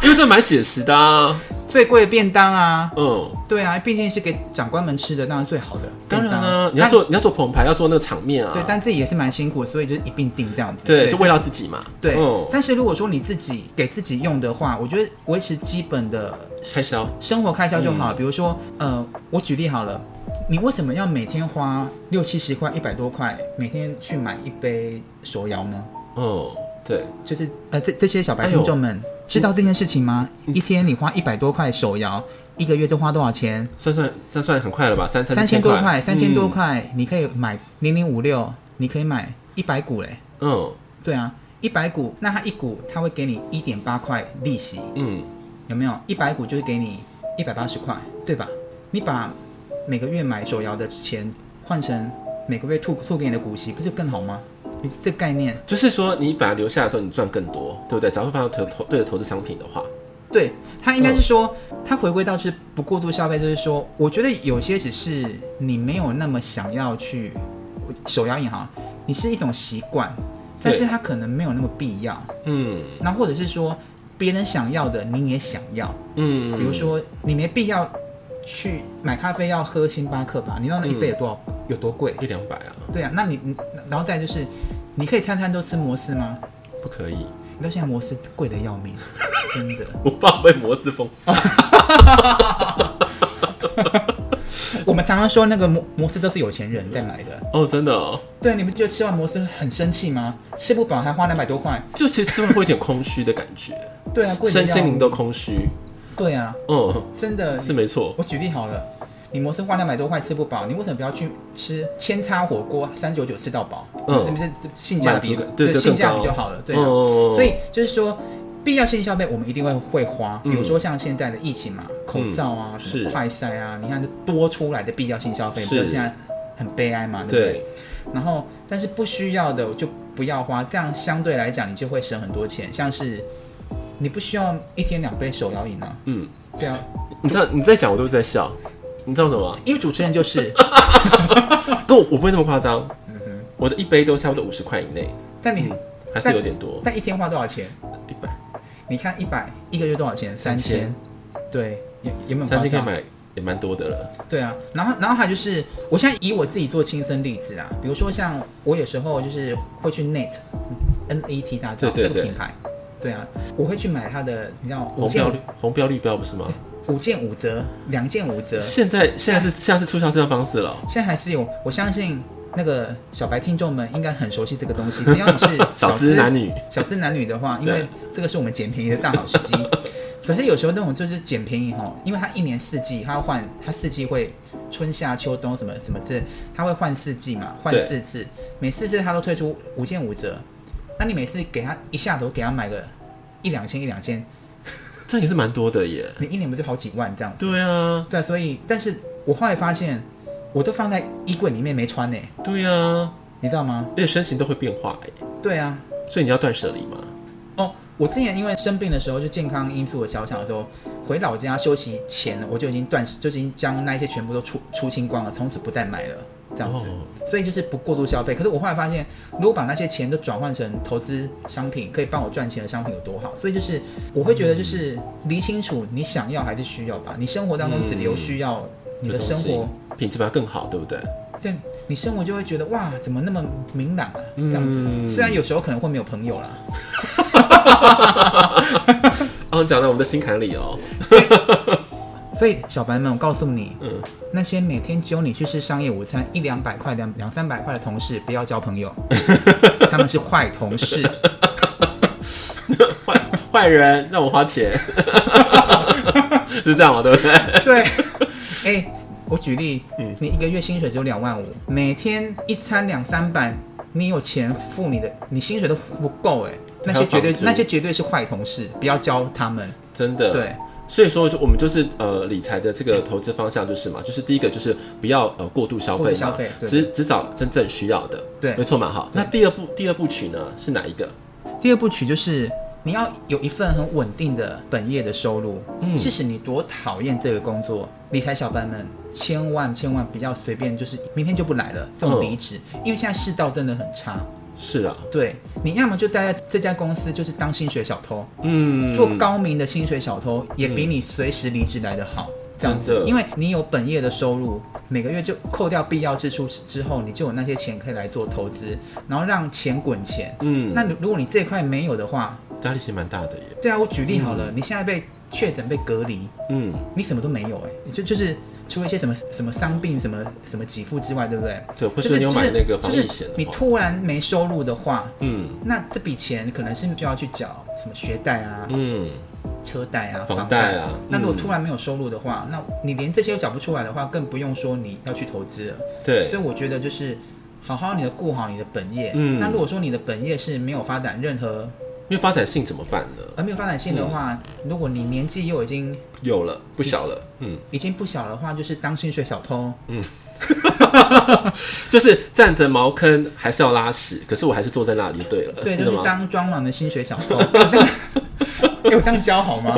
因为这蛮写实的啊。最贵的便当啊，嗯，对啊，毕竟是给长官们吃的，当然最好的。当然便呢当，你要做你要做捧牌，要做那个场面啊。但对，但自己也是蛮辛苦，所以就是一并订这样子。对，就为了自己嘛。对，嗯，但是如果说你自己给自己用的话，我觉得维持基本的开销生活开销就好了。比如说，呃，我举例好了，你为什么要每天花六七十块、一百多块，每天去买一杯手摇呢？嗯，对，就是呃，这这些小白哎呦听众们、知道这件事情吗？一天你花一百多块手摇，一个月就花多少钱？算算算算很快了吧？三三三千千多块，三千多嗯。块，你可以买零零五六，你可以买一百股嘞。嗯对啊，一百股，那它一股它会给你一点八块利息，嗯，有没有？一百股就是给你一百八十块，对吧？你把每个月买手摇的钱换成每个月吐吐给你的股息，不是更好吗？你这个概念，就是说你把它留下的时候，你赚更多，对不对？只要会放到投投对的投资商品的话，对它应该是说，它回归到就是不过度消费，就是说，我觉得有些只是你没有那么想要去手摇银行，你是一种习惯，但是对它可能没有那么必要。嗯那或者是说，别人想要的你也想要，嗯，比如说你没必要去买咖啡要喝星巴克吧？你知道那一杯有多少、有多贵？一两百啊，对啊，那你你然后再就是，你可以餐餐都吃摩斯吗？不可以， 你知道现在摩斯贵的要命，真的。我爸被摩斯封杀。我们常常说那个摩摩斯都是有钱人在买的，哦，真的哦，对，你们觉得吃完摩斯很生气吗？吃不饱还花两百多块，就其实吃完会有点空虚的感觉， 对啊，贵的要身命心灵都空虚。对啊，嗯，真的是没错。我举例好了，你摩斯花两百多块吃不饱，你为什么不要去吃千叉火锅三九九吃到饱？嗯那边是性价比满足感，对就性价更比高就好了，对、啊。嗯嗯嗯所以就是说，必要性消费我们一定会会花，比如说像现在的疫情嘛，口罩啊、什么嗯是快筛啊，你看这多出来的必要性消费，不是是现在很悲哀嘛，对不对？对，然后，但是不需要的我就不要花，这样相对来讲你就会省很多钱，像是。你不需要一天两杯手摇饮啊，嗯，对啊，你知道你在讲，我都在笑。你知道什么？因为主持人就是跟我我不会那么夸张。嗯我的一杯都差不多五十块以内，但你、还是有点多，但一天花多少钱？一百你看一百一个月多少钱？三千千。对，有有没有夸三千可以张？买也蛮多的了。对啊，然后然后还有就是，我现在以我自己做亲身例子啦，比如说像我有时候就是会去 Net N E T 大道对对这个对品牌，对啊，我会去买它的，你知道五红标绿件红标绿标不是吗？五件五折，两件五折，现在现在是现在是促销这种方式了哦。现在还是有，我相信那个小白听众们应该很熟悉这个东西。只要你 是小资男女小资男女的话，因对为这个是我们捡便宜的大好时 机。可是有时候那种就是捡便宜哈，因为它一年四季，它要换，它四季会春夏秋冬什么什么之类，它会换四季嘛，换对四次，每四次它都推出五件五折，那你每次给他一下头给他买个一两千一两千，这样也是蛮多的耶。你一年不就好几万这样子？对啊，对，所以但是我后来发现，我都放在衣柜里面没穿呢、对呀、啊，你知道吗？而且身形都会变化哎、对啊，所以你要断舍离嘛。哦，我之前因为生病的时候，就健康因素的小想的时候，回老家休息前，我就已经断，就已经将那些全部都出出清光了，从此不再买了，这样子。哦所以就是不过度消费。可是我后来发现，如果把那些钱都转换成投资商品，可以帮我赚钱的商品有多好。所以就是我会觉得，就是理清楚你想要还是需要吧。你生活当中只留需要，你的生活，活品质把它更好，对不对？对，你生活就会觉得哇，怎么那么明朗啊？这样子。嗯虽然有时候可能会没有朋友啦，哦，你讲到我们的心坎里哦。所以小白们，我告诉你，嗯，那些每天揪你去吃商业午餐一两百块、两两三百块的同事，不要交朋 友，他们是坏同事。坏坏人让我 花钱，是这样吗？对不对？对，哎、我举例，嗯你一个月薪水只有两万五，每天一餐两三百，你有钱付你的，你薪水都不够哎、那些绝还有对房租呃那些绝对是坏同事，不要教他们。真的。对。所以说，就我们就是呃理财的这个投资方向就是嘛，就是第一个就是不要呃过度消过费度嘛，消费对只只找真正需要的，对没错嘛，好。那第二步第二部曲呢是哪一个？第二部曲就是你要有一份很稳定的本业的收入。嗯，即使你多讨厌这个工作，理财小白们千万千万不要随便就是明天就不来了这种嗯离职，因为现在世道真的很差。是啊，对你要么就待在这家公司就是当薪水小偷，嗯，做高明的薪水小偷也比你随时离职来的好。这样嗯真子的，因为你有本业的收入，每个月就扣掉必要支出之后，你就有那些钱可以来做投资，然后让钱滚钱。嗯，那如如果你这一块没有的话，压力其实蛮大的耶，对啊，我举例好了，你现在被确诊被隔离，嗯，你什么都没有哎、你就就是除了一些什么什么伤病什么什么给付之外，对不对？对，或就是是你有买那就个防是疫险的你话，突然没收入的话，嗯那这笔钱可能是就要去缴什么学贷啊、嗯，车贷啊、房房贷啊那如果嗯突然没有收入的话，那你连这些都缴不出来的话，更不用说你要去投资了。对所，以我觉得就是好好你的顾好你的本业。嗯那如果说你的本业是没有发展任何呃因为发展性怎么办呢？而没有发展性的话，嗯如果你年纪又已经有了，不小了，嗯，已经不小的话，就是当薪水小偷。就是站着茅坑还是要拉屎，可是我还是坐在那里就对了，对，呃是就的是吗？当装潢的薪水小 偷。 哎、我这样教好吗？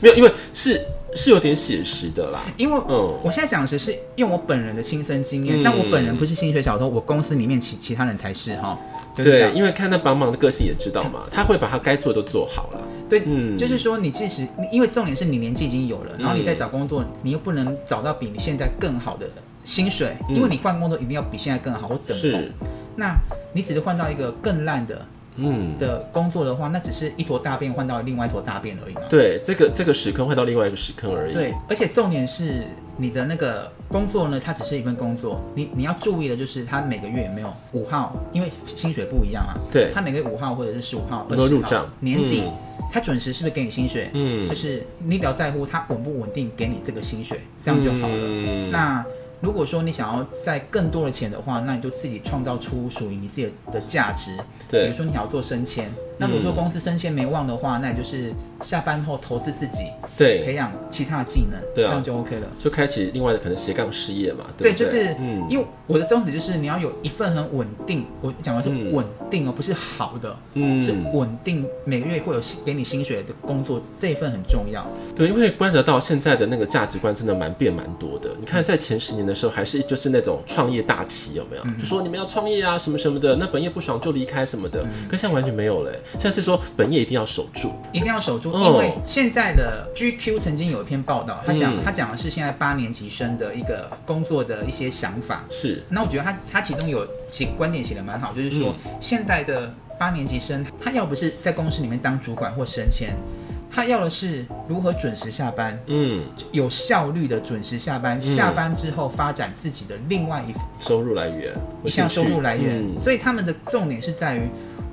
没有，因为是是有点写实的啦，因为嗯我现在讲的只是用我本人的亲身经验，嗯但我本人不是薪水小偷，我公司里面其其他人才是哈。就是这对，样因为看那帮忙的个性也知道嘛，他会把他该做的都做好了，对，嗯就是说你即使你因为重点是你年纪已经有了，然后你再找工作，你又不能找到比你现在更好的薪水，因为你换工作一定要比现在更好，我等同嗯是。，那你只是换到一个更烂的，嗯，的工作的话，那只是一坨大便换到另外一坨大便而已嘛。对，这个这个屎坑换到另外一个屎坑而已，对，而且重点是你的那个工作呢，它只是一份工作，你你要注意的就是它每个月有没有五号，因为薪水不一样啊。对它每个月五号或者是十五号、有二没有十入号账年底、嗯它准时是不是给你薪水？嗯就是你只要在乎它稳不稳定给你这个薪水，这样就好了。嗯那如果说你想要在更多的钱的话，那你就自己创造出属于你自己的价值。对嗯比如说你想要做升迁，那如果说公司升迁没望的话，那你就是下班后投资自己，对培养其他的技能，对啊这样就 OK 了。就开启另外的可能斜杠事业嘛，对，不就是，嗯，因为我的宗旨就是你要有一份很稳定，我讲的是嗯稳定哦，不是好的，嗯是稳定，每个月会有薪给你薪水的工作，这一份很重要。对，因为观察到现在的那个价值观真的蛮变蛮多的。你看，嗯在前十年的时候，还是就是那种创业大旗，有没有？嗯就说你们要创业啊，什么什么的，那本业不爽就离开什么的。嗯可现在完全没有了欸，现在是说本业一定要守住。一定要守住，哦因为现在的 GQ 曾经有一篇报道，他讲、嗯他讲的是现在八年级生的一个工作的一些想法。是，那我觉得他他其中有几个观点写的蛮好，就是说、嗯现在的八年级生，他要不是在公司里面当主管或升迁，他要的是如何准时下班，嗯，有效率的准时下班，下班之后发展自己的另外一收入来源，一项收入来源，嗯所以他们的重点是在于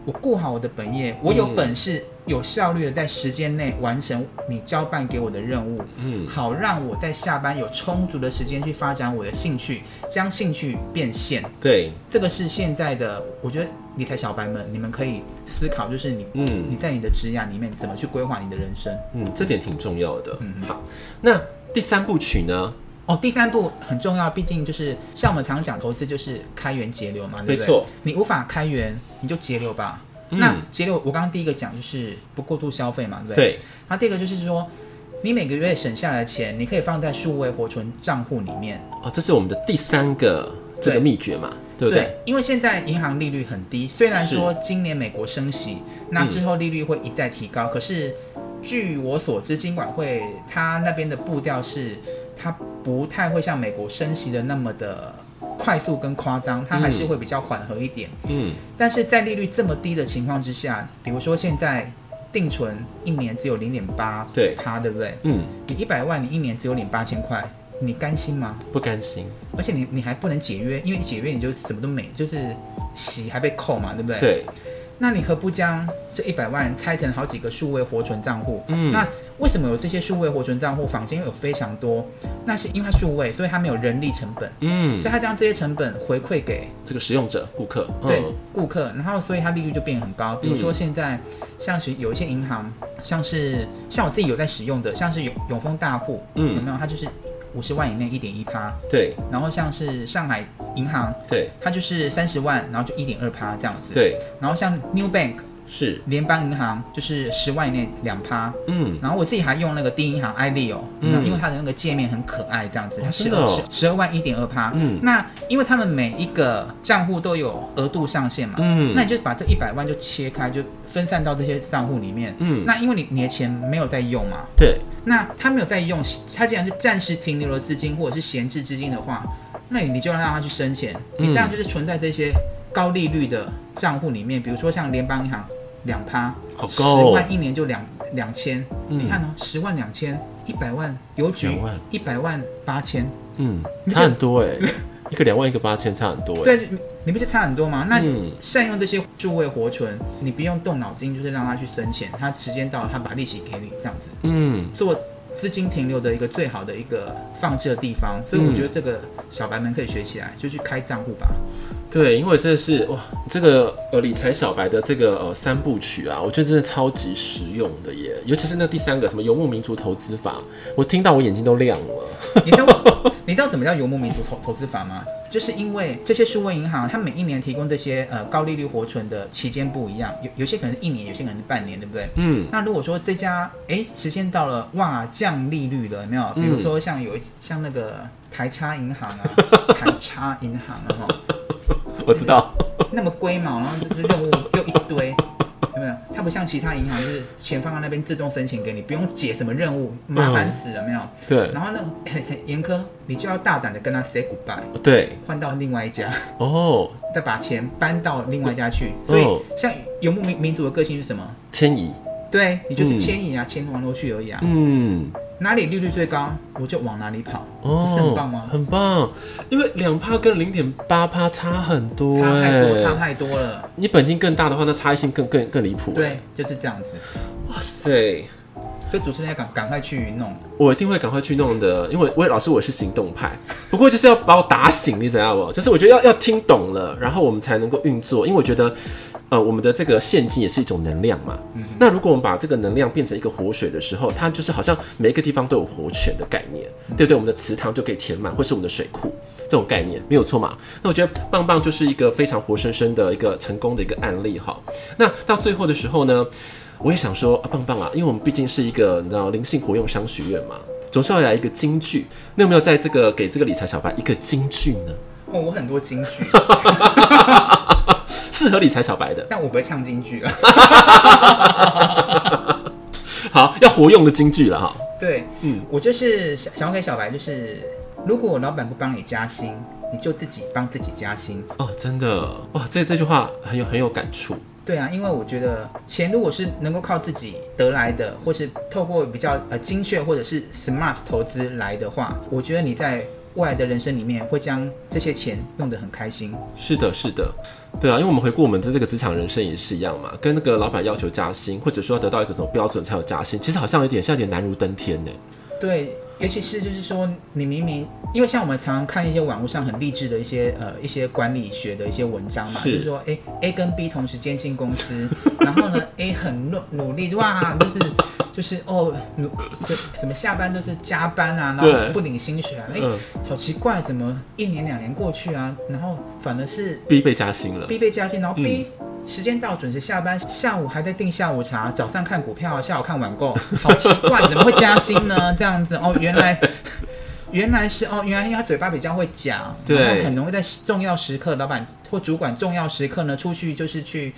我顾好我的本业，我有本事、有效率的在时间内完成你交办给我的任务，嗯好让我在下班有充足的时间去发展我的兴趣，将兴趣变现。对，这个是现在的，我觉得理财小白们，你们可以思考，就是你，嗯你在你的职涯里面怎么去规划你的人生。嗯嗯，这点挺重要的。好，那第三部曲呢？哦，第三步很重要，毕竟就是像我们常讲投资就是开源节流嘛，对不对？没错，你无法开源，你就节流吧。嗯那节流，我刚刚第一个讲就是不过度消费嘛，对不对？对，那第二个就是说，你每个月省下来的钱，你可以放在数位活存账户里面。哦，这是我们的第三个这对个秘诀嘛，对不对？因为现在银行利率很低，虽然说今年美国升息，那之后利率会一再提高，可是据我所知，金管会它那边的步调是，它不太会像美国升息的那么的快速跟夸张，它还是会比较缓和一点。嗯，但是在利率这么低的情况之下，比如说现在定存一年只有零点八对趴，对不对？嗯，你一百万，你一年只有领八千块，你甘心吗？不甘心，而且你你还不能解约，因为一解约你就什么都没，就是息还被扣嘛，对不对？。对，那你何不将这一百万拆成好几个数位活存账户？嗯那为什么有这些数位活存账户？坊间有非常多，那是因为它数位，所以它没有人力成本，嗯所以，它将这些成本回馈给这个使用者顾客，对嗯，顾客，然后所以它利率就变很高。比如说现在像是有一些银行，像是像我自己有在使用的，像是永永丰大户，嗯有没有？它就是五十万以内一点一趴，对然后像是上海银行，对它就是三十万，然后就一点二趴这样子。。对，然后像 New Bank 是，联邦银行就是十万以内两趴，嗯，然后我自己还用那个第一银行 iLeo，嗯因为它的那个界面很可爱，这样子，哦它真十的二哦十二万一点二趴。嗯那因为他们每一个账户都有额度上限嘛，嗯那你就把这一百万就切开，就分散到这些账户里面。嗯那因为你你的钱没有在用嘛，对，那他没有在用，他既然是暂时停留了资金或者是闲置资金的话，那你你就让他去生钱，嗯你当然就是存在这些高利率的账户里面，比如说像联邦银行两趴，好十高哦万一年就两两千，嗯你看哦，十万两千，一百万邮局两万一百万八千，嗯，你差觉得很多哎，一个两万，一个八千，差很多哎，，对，你你不就差很多吗？那嗯善用这些诸位活存，你不用动脑筋，就是让他去生钱，他时间到了，他把利息给你，这样子。嗯，做资金停留的一个最好的一个放置的地方，所以我觉得这个小白们可以学起来，就去开账户吧。 对，因为真的是哇，这个呃理财小白的这个呃三部曲啊，我觉得真的超级实用的耶，尤其是那第三个什么游牧民族投资法，我听到我眼睛都亮了。你知道你知道什么叫游牧民族投投资法吗？就是因为这些数位银行，它每一年提供这些呃高利率活存的期间不一样，有有些可能是一年，有些可能是半年，对不对？嗯，那如果说这家哎时间到了，哇降利率了，有没有？比如说像有一像那个台差银行啊，台差银行啊，哈我 知道，那么龟毛，然后就是任务又一堆，有没有？它不像其他银行，就是钱放在那边自动申请给你，不用解什么任务，麻烦死了，没有？对然后呢，很很严苛，你就要大胆的跟他 say goodbye，对换到另外一家，哦，再把钱搬到另外一家去。所以哦，像游牧民民族的个性是什么？迁移，对你就是迁移啊，迁往挪去而已啊。嗯，哪里利率最高，我就往哪里跑，哦，不是很棒吗？很棒，因为两趴跟零点八趴差很多，差太多，哎差太多了。你本金更大的话，那差异性更更更离谱。，对，就是这样子。哇塞，所以主持人要赶赶快去弄。我一定会赶快去弄的，因为我也老师我是行动派，不过就是要把我打醒，你知道不？就是我觉得要要听懂了，然后我们才能够运作，因为我觉得，呃，我们的这个现金也是一种能量嘛。那如果我们把这个能量变成一个活水的时候，它就是好像每一个地方都有活泉的概念，对不对？我们的池塘就可以填满，或是我们的水库。这种概念没有错嘛？那我觉得棒棒就是一个非常活生生的一个成功的一个案例哈。那到最后的时候呢，我也想说啊，棒棒啊，因为我们毕竟是一个你知道灵性活用商学院嘛，总是要来一个金句。你有没有在这个给这个理财小白一个金句呢？哦，我很多金句，适合理财小白的，但我不会唱京剧 啊。好，要活用的金句了哈。对，嗯，我就是想想要给小白，就是如果老板不帮你加薪，你就自己帮自己加薪。哦，真的哇，这这句话很有很有感触。对啊，因为我觉得钱如果是能够靠自己得来的，或是透过比较呃精确或者是 smart 投资来的话，我觉得你在未来的人生里面会将这些钱用得很开心。是的，是的，对啊，因为我们回顾我们的这个职场人生也是一样嘛，跟那个老板要求加薪，或者说要得到一个什么标准才有加薪，其实好像有点现在有点难如登天呢。对，尤其是就是说，你明明因为像我们常常看一些网络上很励志的一些呃一些管理学的一些文章嘛，是就是说，哎、a 跟 B 同时间进公司，然后呢，A 很努努力，哇，就是就是哦，嗯就怎么下班就是加班啊，然对后不领薪水啊，哎、嗯好奇怪，怎么一年两年过去啊，然后反而是 B 被加薪了， B 被加薪，然嗯后 B、时间到准时下班，下午还在订下午茶，早上看股票啊，下午看网购，好奇 怪，怎么会加薪呢？这样子哦，原来。原来是哦，原来因为他嘴巴比较会讲，对然后很容易在重要时刻，老板或主管重要时刻呢，出去就是去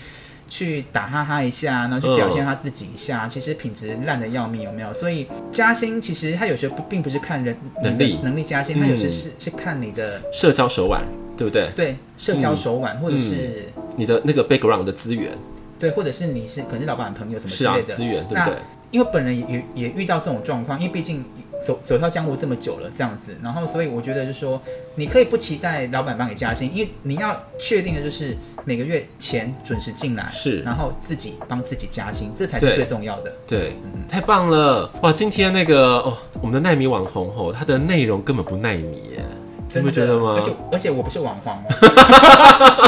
去打哈哈一下，然后去表现他自己一嗯下，其实品质烂的要命，有没有？所以加薪其实他有时候不并不是看人能力能力加薪，他有时嗯是、是看你的社交手腕，对不对？对社嗯交手腕、或者是。你的那个 background 的资源对，或者是你是可能是老板的朋友什么之是啊类，的资源对那不对？因为本人也也也遇到这种状况，因为毕竟走走跳江湖这么久了，这样子，然后所以我觉得就是说，你可以不期待老板帮你加薪，因为你要确定的就是每个月钱准时进来，是然后自己帮自己加薪，这才对是最重要的。对，嗯太棒了！哇，今天那个哦，我们的奈米网红吼，它的内容根本不奈米耶，你真不的觉得吗而？且而且我不是网黄哦，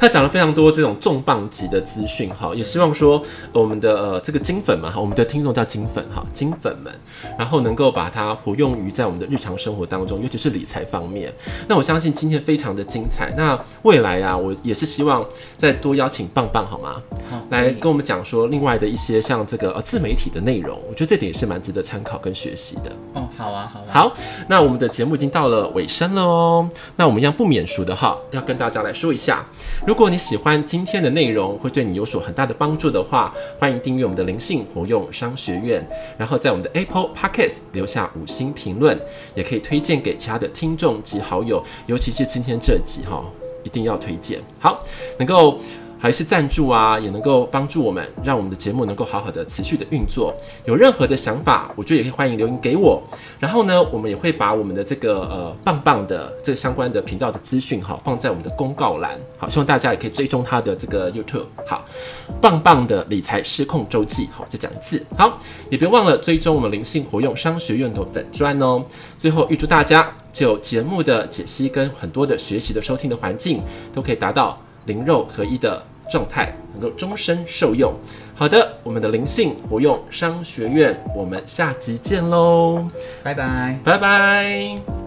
他讲了非常多这种重磅级的资讯哈，也希望说呃我们的呃这个金粉嘛哈，我们的听众叫金粉哈，金粉们，然后能够把它活用于在我们的日常生活当中，尤其是理财方面。那我相信今天非常的精彩，那未来啊，我也是希望再多邀请棒棒好吗？好 来可以跟我们讲说另外的一些像这个呃自媒体的内容，我觉得这点也是蛮值得参考跟学习的。哦，好啊，好啊，好，那我们的节目已经到了尾声了哦。那我们一样不免俗的哈，要跟大家来说一下，如果你喜欢今天的内容，会对你有所很大的帮助的话，欢迎订阅我们的灵性活用商学院，然后在我们的 Apple Podcast 留下五星评论，也可以推荐给其他的听众及好友，尤其是今天这集哈，一定要推荐。好，能够。还是赞助啊，也能够帮助我们，让我们的节目能够好好的持续的运作。有任何的想法，我觉得也可以欢迎留言给我。然后呢，我们也会把我们的这个呃棒棒的这个相关的频道的资讯哈，放在我们的公告栏。好，希望大家也可以追踪他的这个 YouTube。好，棒棒的理财失控周记。好，再讲一次。好，也别忘了追踪我们灵性活用商学院的粉砖哦。最后，预祝大家就节目的解析跟很多的学习的收听的环境，都可以达到灵肉合一的状态，能够终身受用。好的，我们的灵性活用商学院，我们下集见喽，拜拜。拜拜。